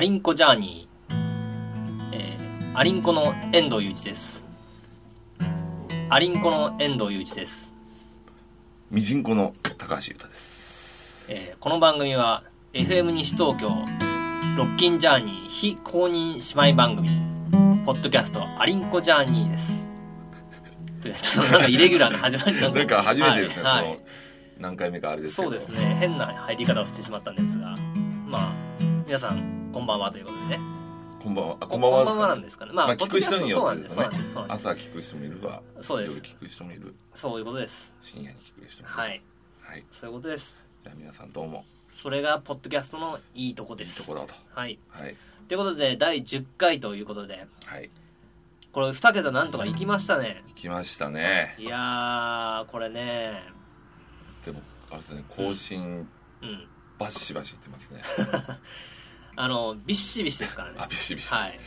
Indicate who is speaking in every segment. Speaker 1: リンコジャーニー、えー、アリンコの遠藤雄一ですアリンコの遠藤雄一です、
Speaker 2: ミジンコの高橋優太です。
Speaker 1: えーこの番組は FM 西東京ロッキンジャーニー非公認姉妹番組ポッドキャストアリンコジャーニーです というちょっとなんかイレギュラーな始まり
Speaker 2: なんか初めてですね、
Speaker 1: はい
Speaker 2: そ
Speaker 1: はい
Speaker 2: の、何回目かあれですけ
Speaker 1: そ
Speaker 2: ど。
Speaker 1: うですね変な入り方をしてしまったんですがまあ皆さんこんばんはということでね
Speaker 2: こんばんは。あ、こんばんはですかね、
Speaker 1: なんですかねまあ、
Speaker 2: まあ聞く人によってです
Speaker 1: ポッド
Speaker 2: ね
Speaker 1: キャストそうなんです
Speaker 2: 朝聞く人もいるわ。
Speaker 1: そうなんですそうなんですそう
Speaker 2: 夜
Speaker 1: です
Speaker 2: 聞く人もいる。
Speaker 1: そういうことです
Speaker 2: 深夜に聞く人もいる。。
Speaker 1: はいい
Speaker 2: はい。
Speaker 1: そういうことです
Speaker 2: じゃあ皆さんどうも、
Speaker 1: それがポッドキャストのいいとこ
Speaker 2: い
Speaker 1: で
Speaker 2: い
Speaker 1: す
Speaker 2: ところだと。
Speaker 1: はい
Speaker 2: はい。
Speaker 1: ということで第10回ということで
Speaker 2: はい。
Speaker 1: これ2桁なんとかいきましたね
Speaker 2: 来ましたね。
Speaker 1: いやーこれね
Speaker 2: でも、あれですね、更新
Speaker 1: うん
Speaker 2: バシバシいってますね。
Speaker 1: あのビッシビシですからね
Speaker 2: あ、ビシビシ。
Speaker 1: はい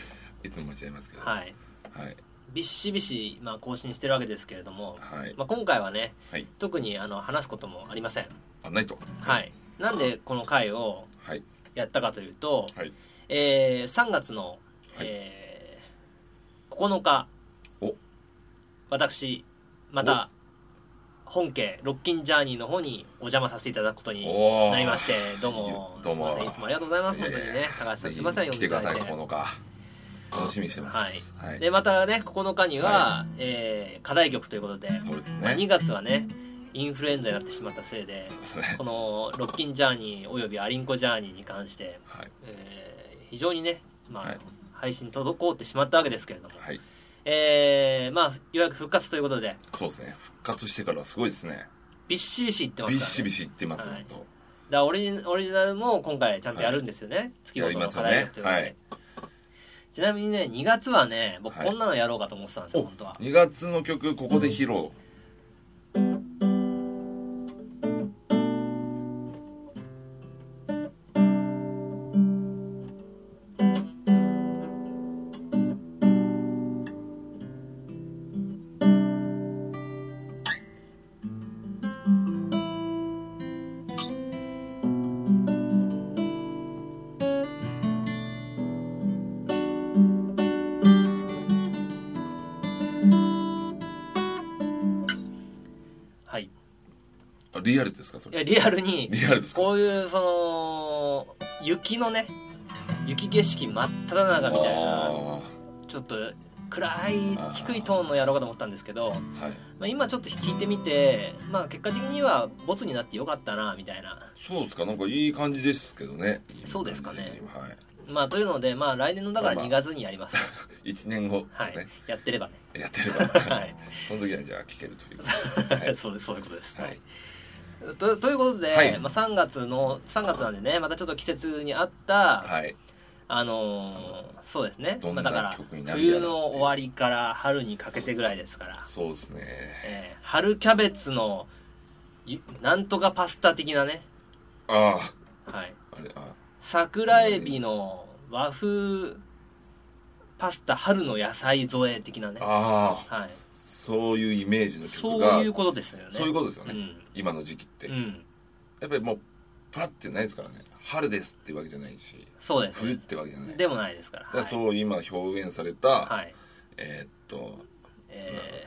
Speaker 2: い。つも間違えますけど。
Speaker 1: はい
Speaker 2: はい。
Speaker 1: ビッシビシ、まあ、更新してるわけですけれども、
Speaker 2: はい。
Speaker 1: まあ、今回はね、
Speaker 2: はい
Speaker 1: 特にあの話すこともありません
Speaker 2: あ、ないと。
Speaker 1: は。いなんでこの回を
Speaker 2: はい。
Speaker 1: やったかというと、
Speaker 2: はい
Speaker 1: えー3月の、
Speaker 2: はい
Speaker 1: えー9日
Speaker 2: お
Speaker 1: 私また本家ロッキンジャーニーの方にお邪魔させていただくことに
Speaker 2: おー。
Speaker 1: なりましてどうも
Speaker 2: どう
Speaker 1: す
Speaker 2: も
Speaker 1: いませんいつもありがとうございます本当に
Speaker 2: いやい
Speaker 1: ね高橋さ
Speaker 2: ぜ
Speaker 1: んす
Speaker 2: ひ
Speaker 1: いません呼
Speaker 2: 来
Speaker 1: んで
Speaker 2: て
Speaker 1: い
Speaker 2: く
Speaker 1: た
Speaker 2: だ
Speaker 1: だ
Speaker 2: さ
Speaker 1: い
Speaker 2: い
Speaker 1: て
Speaker 2: 9日楽しみにしてますはい、
Speaker 1: でまたね9日には、えー課題曲ということで、
Speaker 2: そうですね、
Speaker 1: まあ、2月はねインフルエンザになってしまったせいで
Speaker 2: そうですね
Speaker 1: このロッキンジャーニーおよびアリンコジャーニーに関して
Speaker 2: はい
Speaker 1: えー非常にね、まあ
Speaker 2: はい
Speaker 1: 配信滞ってしまったわけですけれども、
Speaker 2: はい
Speaker 1: えーまあ、ようやく復活ということで
Speaker 2: そうですね復活してからはすごいですね
Speaker 1: びっしびしいってます
Speaker 2: ビ
Speaker 1: から、
Speaker 2: ッ
Speaker 1: ね、
Speaker 2: シビシいってます、
Speaker 1: はいだ
Speaker 2: 本
Speaker 1: からオリジオリジナルも今回ちゃんとやるんですよね、月ごとの課題曲ということで、
Speaker 2: やり
Speaker 1: ちなみにね2月はね僕
Speaker 2: はい
Speaker 1: こんなのやろうかと思ってたんですよ、本当は
Speaker 2: 当2月の曲ここで披露
Speaker 1: はい
Speaker 2: あリアルですかそ
Speaker 1: いや
Speaker 2: れ
Speaker 1: リアルに
Speaker 2: リアルですか
Speaker 1: こういうその雪のね雪景色真っ只中みたいな
Speaker 2: あ
Speaker 1: ちょっと暗い低いトーンのやろうかと思ったんですけど
Speaker 2: ーはい
Speaker 1: まあ、今ちょっと聞いてみて、まあ、結果的にはボツになってよかったなみたいな、
Speaker 2: そうですかなんかいい感じですけどね
Speaker 1: そうですかね
Speaker 2: は
Speaker 1: まあ、というので、まあ、来年のだから
Speaker 2: まあ
Speaker 1: 2
Speaker 2: ま
Speaker 1: 月にやり ます、
Speaker 2: い1年後、ね
Speaker 1: はい、やってればね、
Speaker 2: やってれば、
Speaker 1: はい
Speaker 2: その時はじゃあ聞けるということでは い
Speaker 1: そうですそういうことです、
Speaker 2: は
Speaker 1: はいい、とということで、
Speaker 2: はい
Speaker 1: まあ、3月の3月なんでねまたちょっと季節に合った、
Speaker 2: はい
Speaker 1: あのーそうですね、
Speaker 2: どん
Speaker 1: ま
Speaker 2: な
Speaker 1: あ、だから
Speaker 2: 曲になるやら
Speaker 1: 冬の終わりから春にかけてぐらいですから、
Speaker 2: そうですね
Speaker 1: えー春キャベツのいなんとかパスタ的なね、
Speaker 2: あ
Speaker 1: はい、
Speaker 2: ああれあ
Speaker 1: 桜エビの和風パスタ春の野菜添え的なね、
Speaker 2: あー
Speaker 1: はい、
Speaker 2: そういうイメージの曲が
Speaker 1: そういうことですよね
Speaker 2: そういうことですよ
Speaker 1: う
Speaker 2: ね、
Speaker 1: ん、
Speaker 2: 今の時期って、
Speaker 1: う
Speaker 2: や
Speaker 1: ん、
Speaker 2: っぱりもうパッてないですからね春ですっていうわけじゃないし
Speaker 1: そうです
Speaker 2: 冬ってわけじゃない
Speaker 1: でもないですから
Speaker 2: だから
Speaker 1: う
Speaker 2: そう今表現された、
Speaker 1: はい、はい
Speaker 2: えーっと、
Speaker 1: え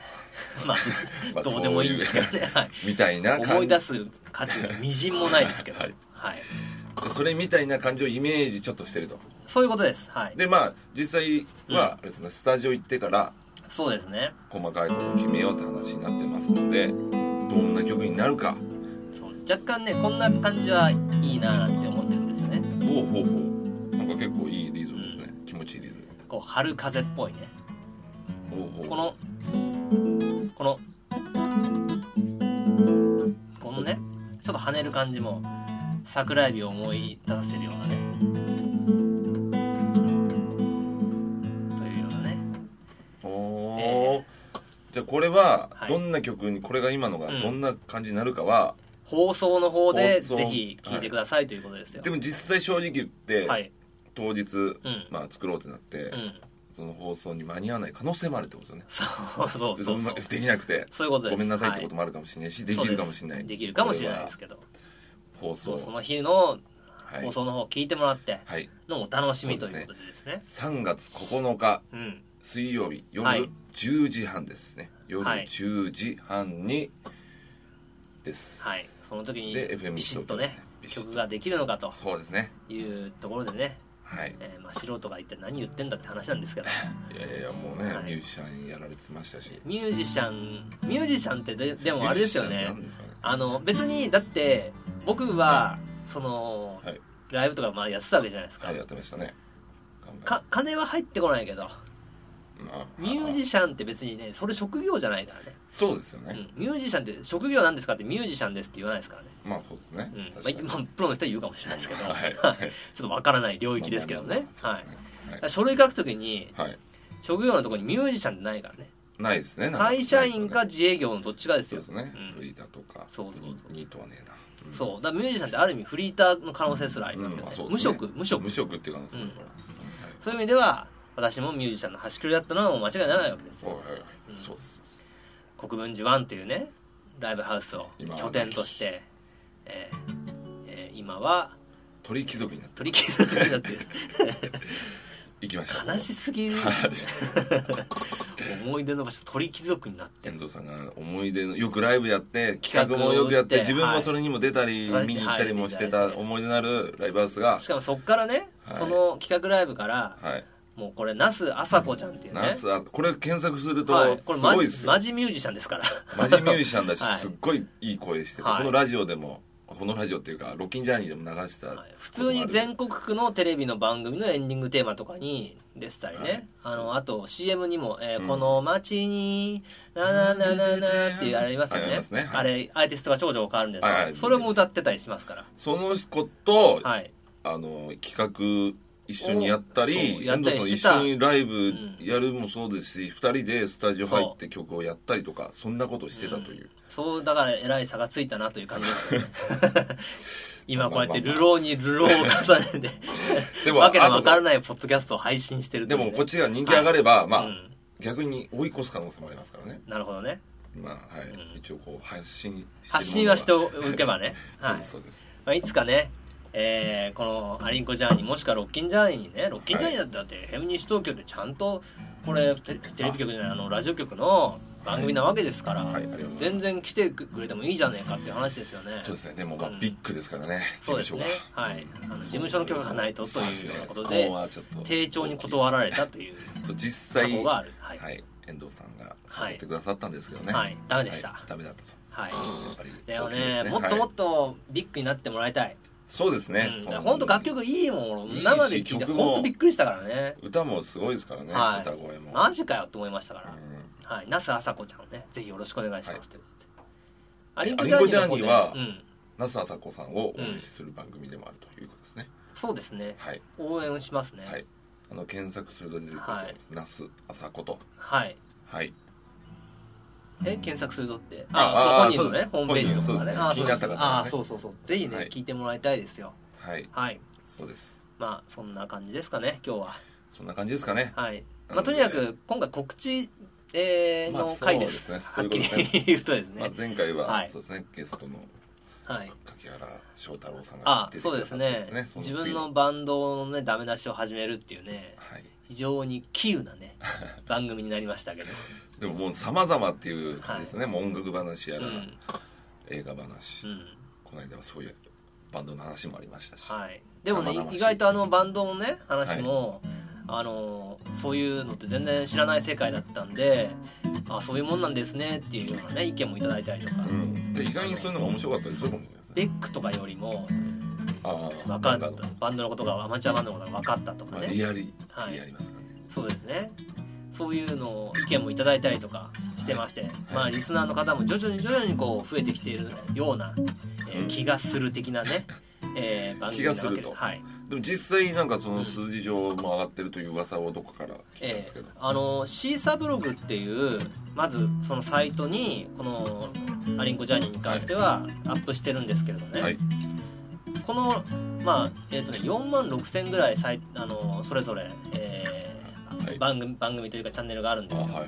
Speaker 1: ーま
Speaker 2: ま
Speaker 1: あどうでもいいんですけど
Speaker 2: そういう
Speaker 1: ね、はい、
Speaker 2: みたいな感じ
Speaker 1: 思い出す価値がみじんもないですけど
Speaker 2: は
Speaker 1: はいい、
Speaker 2: それみたいな感じをイメージちょっとしてると
Speaker 1: そういうことですはい
Speaker 2: でまあ実際は、あれですねスタジオ行ってから
Speaker 1: そうですね
Speaker 2: 細かいことを決めようって話になってますのでどんな曲になるか
Speaker 1: そう若干ねこんな感じはいいななんて思ってるんですよね
Speaker 2: ほうほうほうなんか結構いいリズムですね、気持ちいいリズ
Speaker 1: こう春風っぽいね
Speaker 2: ムほうほう
Speaker 1: このこのこのねちょっと跳ねる感じも桜エビを思い出させるようなねというようなね
Speaker 2: おー
Speaker 1: え
Speaker 2: じゃあこれは
Speaker 1: はい
Speaker 2: どんな曲に、これが今の
Speaker 1: う
Speaker 2: が
Speaker 1: ん
Speaker 2: どんな感じになるかは、
Speaker 1: 放送の方で
Speaker 2: 放送
Speaker 1: ぜひ聴いてくださいということですよ
Speaker 2: でも実際正直言って、
Speaker 1: はい
Speaker 2: 当日、
Speaker 1: うん
Speaker 2: まあ、作ろうってなって、
Speaker 1: うん
Speaker 2: その放送に間に合わない可能性もあるってことですよね
Speaker 1: そうそう
Speaker 2: で
Speaker 1: そう
Speaker 2: そ
Speaker 1: そ
Speaker 2: ん
Speaker 1: う
Speaker 2: なできなくて
Speaker 1: そういうことです
Speaker 2: ごめんなさいってこ
Speaker 1: は
Speaker 2: ともあるかもしれないし、できるかもしれない
Speaker 1: できるかもしれないですけど
Speaker 2: 放
Speaker 1: そ
Speaker 2: 送
Speaker 1: うその日の
Speaker 2: はい
Speaker 1: 放送の方を聞いてもらって
Speaker 2: はい
Speaker 1: のお楽しみ
Speaker 2: そ
Speaker 1: と
Speaker 2: う
Speaker 1: い
Speaker 2: ですね
Speaker 1: うことでですね。
Speaker 2: 3月9日
Speaker 1: うん。
Speaker 2: 水曜日
Speaker 1: は
Speaker 2: 夜
Speaker 1: い
Speaker 2: 10時半ですね、夜
Speaker 1: はい
Speaker 2: 10時半にです、
Speaker 1: はい。その時
Speaker 2: で FM
Speaker 1: にビシッと
Speaker 2: 東
Speaker 1: ね
Speaker 2: 京ですねビ、シッと
Speaker 1: 曲ができるのかと
Speaker 2: そうですね
Speaker 1: いうところでね、
Speaker 2: はい
Speaker 1: えーまあ素人が一体何言ってんだって話なんです けど、
Speaker 2: いやいやもうね、
Speaker 1: はい
Speaker 2: ミュージシャンやられてましたしで
Speaker 1: ミュージシャン、ミュージシャンってででもあれですよね。
Speaker 2: ですかね
Speaker 1: あの、別に、だって、僕は、その、
Speaker 2: はい
Speaker 1: ライブとかまあやってたわけじゃないですか。
Speaker 2: はいやってましたね
Speaker 1: か金は入ってこないけど、ミュー
Speaker 2: シャン
Speaker 1: ジシャンって別にね、それ職業じゃないからね。
Speaker 2: そうですよ
Speaker 1: う
Speaker 2: ね、
Speaker 1: ん、ミュージシャンって職業なんですかってミュージシャンですって言わないですからね。
Speaker 2: まあそうですね、
Speaker 1: うん
Speaker 2: 確かに
Speaker 1: まあ、まあプロの 人は言うかもしれないですけど、
Speaker 2: はい
Speaker 1: ちょっとわからない領域ですけどね。
Speaker 2: まあま
Speaker 1: は
Speaker 2: あ
Speaker 1: い
Speaker 2: まあ
Speaker 1: だから書類書くときに、
Speaker 2: そうですねはい、はい
Speaker 1: 職業のところにミュージシャンってないからね。
Speaker 2: ないですねなんか
Speaker 1: 会社員か自営業のどっちかです
Speaker 2: そう
Speaker 1: よ。
Speaker 2: ですね、
Speaker 1: うん
Speaker 2: フリーターとか
Speaker 1: そうそうそう
Speaker 2: ニニートはねえな、うん
Speaker 1: そう。だからミュージシャンってある意味フリーターの可能性すらありますよ
Speaker 2: うん
Speaker 1: ね
Speaker 2: まあ。そうですね
Speaker 1: 無職、無職
Speaker 2: 無。職っていう可能性もあるから、
Speaker 1: そういう意味では、私もミュージシャンの端くれだったのはもう間違いないわけですよ。
Speaker 2: はいはいはい
Speaker 1: うん
Speaker 2: そうです
Speaker 1: 国分寺ワンというね、ライブハウスを
Speaker 2: 今は
Speaker 1: 拠点として、えーえー今は
Speaker 2: 鳥貴族になって
Speaker 1: 取り消されだ っていう、
Speaker 2: いきました
Speaker 1: 悲しすぎる 思い出の場所、鳥貴族になって
Speaker 2: 遠
Speaker 1: る。
Speaker 2: 藤さんが思い出のよくライブやって企画もよくやって自
Speaker 1: 企画
Speaker 2: 分
Speaker 1: を打って
Speaker 2: もそれにも出たり、
Speaker 1: はい
Speaker 2: 見に行ったりもして
Speaker 1: はい
Speaker 2: た思い出のあるライブハウスが
Speaker 1: しかもそっからね、
Speaker 2: はい
Speaker 1: その企画ライブから、
Speaker 2: はい
Speaker 1: もうこれ、那須あさこちゃんっていうね。
Speaker 2: なんすあこれ検索すると
Speaker 1: はい、これ
Speaker 2: す
Speaker 1: マ
Speaker 2: ごい
Speaker 1: ジ
Speaker 2: ですよ、
Speaker 1: マジミュージシャンですから。
Speaker 2: マジミュージシャンだし、
Speaker 1: はい
Speaker 2: すっごいいい声してて、
Speaker 1: はい
Speaker 2: このラジオでもこのラジオっていうか「ロッキンジャーニー」でも流し た、
Speaker 1: はい普通に全国区のテレビの番組のエンディングテーマとかに出てたりね、あのあと CM にも、えー
Speaker 2: うん
Speaker 1: この街に「ななななな」っていうあれありますよ
Speaker 2: あ
Speaker 1: ね
Speaker 2: りますねはい
Speaker 1: あれアーティストが長女を変わるんですけど、
Speaker 2: はいはい
Speaker 1: それも歌ってたりしますから、
Speaker 2: その子と、
Speaker 1: はい、
Speaker 2: あの企画一緒にやった
Speaker 1: そう
Speaker 2: り
Speaker 1: やっ
Speaker 2: 遠
Speaker 1: た
Speaker 2: 藤
Speaker 1: り
Speaker 2: さ
Speaker 1: してた
Speaker 2: ん一緒にライブやるもそうですし、二人でスタジオ入って曲をやったりとかそんなことしてたという、
Speaker 1: そうだから偉い差がついたなという感じですよね 今こうやって
Speaker 2: まあ
Speaker 1: 流
Speaker 2: まあ
Speaker 1: 浪に流浪を重ねて
Speaker 2: でも
Speaker 1: わけのわから
Speaker 2: 後
Speaker 1: ないポッドキャストを配信してると
Speaker 2: で
Speaker 1: いうね
Speaker 2: もこっちが人気上がれば、まあ、
Speaker 1: うん
Speaker 2: 逆に追い越す可能性もありますからね
Speaker 1: なるほどね
Speaker 2: まあはい、
Speaker 1: うん
Speaker 2: 一応こう発信して
Speaker 1: 発信はしておけば
Speaker 2: ね
Speaker 1: ね、
Speaker 2: そう
Speaker 1: は
Speaker 2: で
Speaker 1: い
Speaker 2: す、そうです
Speaker 1: まあ、いつかね、えーこのアリンコジャーニーもしくはロッキンジャーニーにねロッキンジャーニーだってだって、FM 西東京でちゃんとこれテレテレビ局じゃないあのラジオ局の番組なわけですから、
Speaker 2: はいありがとうござい
Speaker 1: 全
Speaker 2: ます
Speaker 1: 然来てくれてもいいじゃねえかっていう話ですよね
Speaker 2: そうですねでも
Speaker 1: う
Speaker 2: まあ
Speaker 1: ん
Speaker 2: ビッグですからね、
Speaker 1: そうですね
Speaker 2: 事務所が
Speaker 1: はいあの事務所の許可がないとというようなことで
Speaker 2: そですねそこはちょっと
Speaker 1: 丁重に断られたという
Speaker 2: そう実
Speaker 1: 過
Speaker 2: 際
Speaker 1: 去があるはい、は
Speaker 2: はいい、遠藤さんが誘ってくださったんですけどね、
Speaker 1: はいダメでした
Speaker 2: ダメだったとやっぱり
Speaker 1: だよね
Speaker 2: 大きいです
Speaker 1: もっともっ
Speaker 2: はい
Speaker 1: とビッグになってもらいたい、
Speaker 2: そうですね、
Speaker 1: うん、だ
Speaker 2: そう
Speaker 1: から本当楽曲いいもん俺
Speaker 2: いいし
Speaker 1: 生で聴いて
Speaker 2: 曲も
Speaker 1: 本当びっくりしたからね
Speaker 2: 歌もすごいですからね、
Speaker 1: はい
Speaker 2: 歌声も、
Speaker 1: マジかよって思いましたか
Speaker 2: う
Speaker 1: ら、
Speaker 2: ん
Speaker 1: はい、那須あさこちゃんをね、ぜひよろしくお願いします、
Speaker 2: はい
Speaker 1: ということ
Speaker 2: ア
Speaker 1: で。
Speaker 2: リ
Speaker 1: ア
Speaker 2: ン
Speaker 1: リンコ
Speaker 2: コ
Speaker 1: ジ
Speaker 2: ジ
Speaker 1: ャ
Speaker 2: ャ
Speaker 1: ー
Speaker 2: ー
Speaker 1: ニ
Speaker 2: ニ
Speaker 1: ーも
Speaker 2: ー
Speaker 1: ね
Speaker 2: は
Speaker 1: うん、
Speaker 2: 那須あさこさんを応援する番組でもあるということですね、
Speaker 1: そうですね、
Speaker 2: はい
Speaker 1: 応援をしますね。は
Speaker 2: はいい、あの検索すると出てくると
Speaker 1: はい
Speaker 2: 那須あさことはい
Speaker 1: え、検索するとって、あ、
Speaker 2: ああ
Speaker 1: そう、本人のね、ホームページとかね、あ
Speaker 2: 本人のそうですね気になった方はね
Speaker 1: あそうそうそう、ぜひね、
Speaker 2: はい
Speaker 1: 聞いてもらいたいですよ。
Speaker 2: はい
Speaker 1: はい、
Speaker 2: そうです
Speaker 1: まあ、そんな感じですかね、今日は。
Speaker 2: そんな感じですかね
Speaker 1: はい、
Speaker 2: な
Speaker 1: まあ、
Speaker 2: ので
Speaker 1: とにかく、今回告知、えー
Speaker 2: まあ
Speaker 1: の回です。
Speaker 2: そうです
Speaker 1: は
Speaker 2: ね
Speaker 1: っき
Speaker 2: そういうこと
Speaker 1: り言うとです
Speaker 2: まあ
Speaker 1: ね、、
Speaker 2: 前回は、
Speaker 1: はい
Speaker 2: そうですねゲストの
Speaker 1: はい。
Speaker 2: 柿原翔太郎さんが
Speaker 1: あ
Speaker 2: 出て
Speaker 1: そう
Speaker 2: く
Speaker 1: で
Speaker 2: だ
Speaker 1: す
Speaker 2: さったん
Speaker 1: ね
Speaker 2: そ
Speaker 1: 自
Speaker 2: 次
Speaker 1: 分のバンドのねダメ出しを始めるっていうね
Speaker 2: はい
Speaker 1: 非常に稀有な ね番組になりましたけど、
Speaker 2: でももう様々っていう感じですね、もう音楽話や
Speaker 1: う
Speaker 2: ら、
Speaker 1: ん
Speaker 2: 映画話、
Speaker 1: うん
Speaker 2: この間はそういうバンドの話もありましたし、
Speaker 1: はい、でもね
Speaker 2: 生々しい
Speaker 1: 意外とあのバンドのね話も、あのそういうのって全然知らない世界だったんであそういうもんなんですねっていうようなね意見もいただいたりとか、
Speaker 2: うん、で意外にそういうのが面白かったりするかもしれないですね
Speaker 1: レックとかよりも
Speaker 2: ああ
Speaker 1: 分かった
Speaker 2: なんか
Speaker 1: バンドのことがアマチュアバンドのことが分かったと
Speaker 2: ま
Speaker 1: か
Speaker 2: あ、
Speaker 1: ね
Speaker 2: リアリ
Speaker 1: はい
Speaker 2: リアりますからね、
Speaker 1: そうですねそういうのを意見もいただいたりとかしてまして、まあリスナーの方も徐々に徐々にこう増えてきているような、えー
Speaker 2: うん
Speaker 1: 気がする的な ね、えー番組なわけで
Speaker 2: 気がすると
Speaker 1: はい
Speaker 2: でも実際なんかその数字上も上がってるという噂をどこから聞いたんで
Speaker 1: え
Speaker 2: すけ
Speaker 1: ー
Speaker 2: ど、
Speaker 1: あのシーサブログっていうまずそのサイトにこのアリンコジャーニーに関してはアップしてるんですけれどね、
Speaker 2: はい
Speaker 1: このまあえっ、とね4万6千ぐらいサイあのそれぞれ、えー
Speaker 2: はい
Speaker 1: 番組番組というかチャンネルがあるんで
Speaker 2: あ
Speaker 1: すよ
Speaker 2: はいはい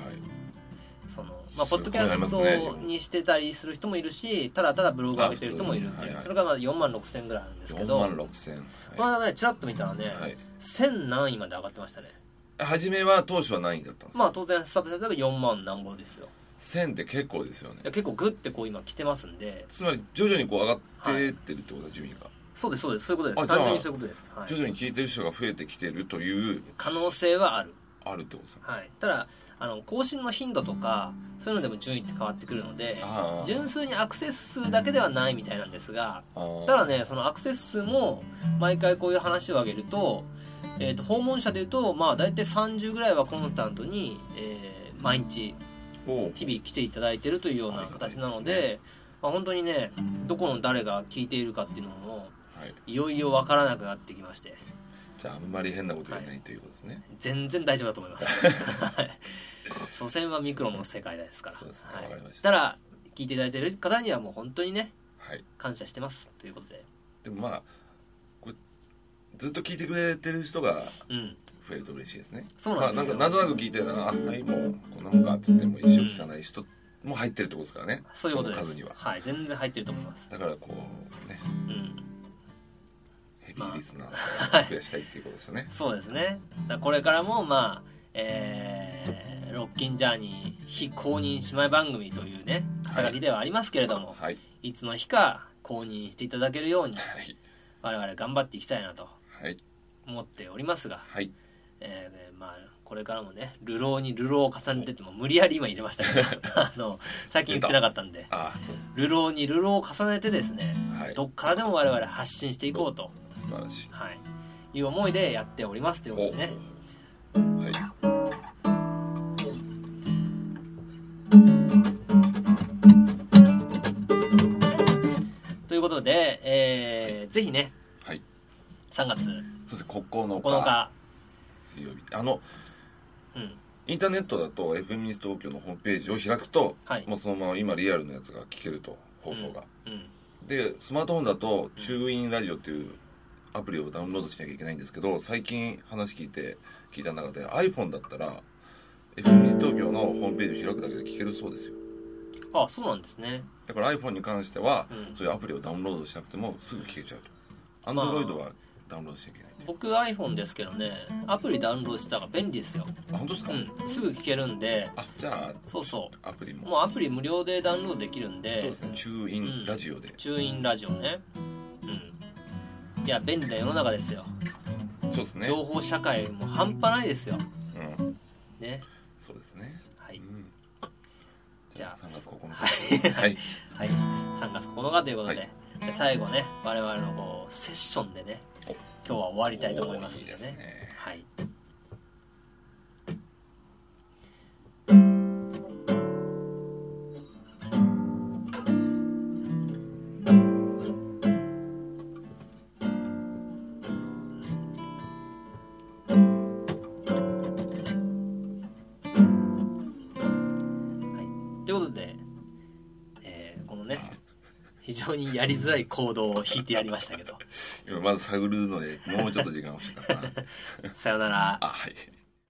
Speaker 1: その、まあ、ポッドキャス
Speaker 2: すごいあります
Speaker 1: ト
Speaker 2: ね
Speaker 1: にしてたりする人もいるし、ただただブログ上げてる人もいるっていう。
Speaker 2: あ普通にはいはい
Speaker 1: それがまだ4万6千ぐらいあるんですけ
Speaker 2: 4
Speaker 1: ど、
Speaker 2: 万6000
Speaker 1: ま
Speaker 2: は
Speaker 1: だね、ちらっと見たらね、
Speaker 2: い、はい、
Speaker 1: 1000何位まで上がってましたね。
Speaker 2: 初めは当初は何位だったんですか、
Speaker 1: まあ当然、スタートした時は4万なんぼですよ。
Speaker 2: 1000って結構ですよね
Speaker 1: いや結構グッてこう今来てますんで、
Speaker 2: つまり徐々にこう上がってってるってことは順位が、
Speaker 1: そうです、そうです、そういうことです。
Speaker 2: あじゃあ
Speaker 1: 単純にそういうことです。は
Speaker 2: 徐
Speaker 1: い、
Speaker 2: 々に聞いてる人が増えてきてるという
Speaker 1: 可能性はある。
Speaker 2: あるってことですね
Speaker 1: はい。ただ、あの、更新の頻度とか、そういうのでも順位って変わってくるので、
Speaker 2: あ
Speaker 1: 純粋にアクセス数だけではないみたいなんですが、
Speaker 2: あー
Speaker 1: ただね、そのアクセス数も、毎回こういう話を挙げると、えっ、と、訪問者で言うと、まあ、大体30ぐらいはコンスタントに、えー毎日、
Speaker 2: おう
Speaker 1: 日々来ていただいてるというような形なので、
Speaker 2: ありがたいで
Speaker 1: まあ、本当にね、どこの誰が聞いているかっていうのも、
Speaker 2: はい、
Speaker 1: いよいよわからなくなってきまして、
Speaker 2: じゃああんまり変なこと言えないということですね、
Speaker 1: 全然大丈夫だと思います。 はい所詮はミクロの世界ですから。
Speaker 2: そうですね
Speaker 1: はい
Speaker 2: わかりました
Speaker 1: ただ、聞いていただいている方にはもう本当にね、
Speaker 2: はい
Speaker 1: 感謝してます。ということで。
Speaker 2: でもまあこれずっと聞いてくれてる人が
Speaker 1: うん。
Speaker 2: 増えると嬉しいですね
Speaker 1: そうなんですよ
Speaker 2: まあ、なんかなんとなく聞いてるなあはいもうこんなもんかって言っても一生聞かない人も入ってるってことですからね、
Speaker 1: そういうことです。
Speaker 2: その数には
Speaker 1: はい。全然入ってると思います。
Speaker 2: だからこうね
Speaker 1: うん。
Speaker 2: ヘビーリスナーを増やしたいっていうことですよね、
Speaker 1: そうですね。だからこれからも、まあ、えー、ロッキンジャーニー非公認姉妹番組というね、肩書きではありますけれども、
Speaker 2: はい
Speaker 1: い、つの日か公認していただけるように、
Speaker 2: はい
Speaker 1: 我々頑張っていきたいなと
Speaker 2: はい
Speaker 1: 思っておりますが、
Speaker 2: はい
Speaker 1: えーねまあ、これからもね、流浪に流浪を重ねてっても、無理やり今入れましたけど、 あの、最近言ってなかったんで、
Speaker 2: ああそうです
Speaker 1: 流浪に流浪を重ねてですね、
Speaker 2: はい
Speaker 1: どっからでも我々発信していこうと、
Speaker 2: 素晴らしい
Speaker 1: はい、いう思いでやっておりますということでね。
Speaker 2: おはい
Speaker 1: ということで、えーぜひね、
Speaker 2: はい
Speaker 1: 3月
Speaker 2: そうですね9
Speaker 1: 9日、
Speaker 2: 水曜日あの
Speaker 1: うん、
Speaker 2: インターネットだと FM ミス東京のホームページを開くと、
Speaker 1: はい
Speaker 2: もうそのまま今リアルのやつが聞けると放送が、
Speaker 1: うん、
Speaker 2: でスマートフォンだと「チューインラジオ」っていうアプリをダウンロードしなきゃいけないんですけど最近話聞いて聞いた中で iPhone だったら FM 東京のホームページを開くだけで聞けるそうですよ
Speaker 1: あ、そうなんですね。
Speaker 2: だから iPhone に関しては、
Speaker 1: うん
Speaker 2: そういうアプリをダウンロードしなくてもすぐ聞けちゃうと
Speaker 1: まあ
Speaker 2: Android はダウンロードしなきゃいけない
Speaker 1: 僕 iPhone ですけどね、アプリダウンロードした方が便利ですよ。
Speaker 2: あ本当ですか、
Speaker 1: うん、すぐ聞けるんで、
Speaker 2: あじゃ
Speaker 1: そうそう。
Speaker 2: あアプリも
Speaker 1: もうアプリ無料でダウンロードできるん
Speaker 2: そう
Speaker 1: で、
Speaker 2: ですね「チューインラジオで」
Speaker 1: チューインラジオね。うん。いや、便利な世の中ですよ。
Speaker 2: そうですね
Speaker 1: 情報社会も半端ないですよ。
Speaker 2: うん
Speaker 1: ね。
Speaker 2: そうですね
Speaker 1: は
Speaker 2: う
Speaker 1: い。
Speaker 2: ん
Speaker 1: じゃあ
Speaker 2: 3月9日
Speaker 1: はい は
Speaker 2: はい
Speaker 1: い、3月9日ということで、
Speaker 2: は
Speaker 1: で最後ね我々のこうセッションでね
Speaker 2: お
Speaker 1: 今日は終わりたいと思いますんでね
Speaker 2: おーいいですね
Speaker 1: はいはいということで、えーこのね非常にやりづらい行動を引いてやりましたけど
Speaker 2: 今まず探るのでもうちょっと時間欲しかったな
Speaker 1: さよなら
Speaker 2: あはい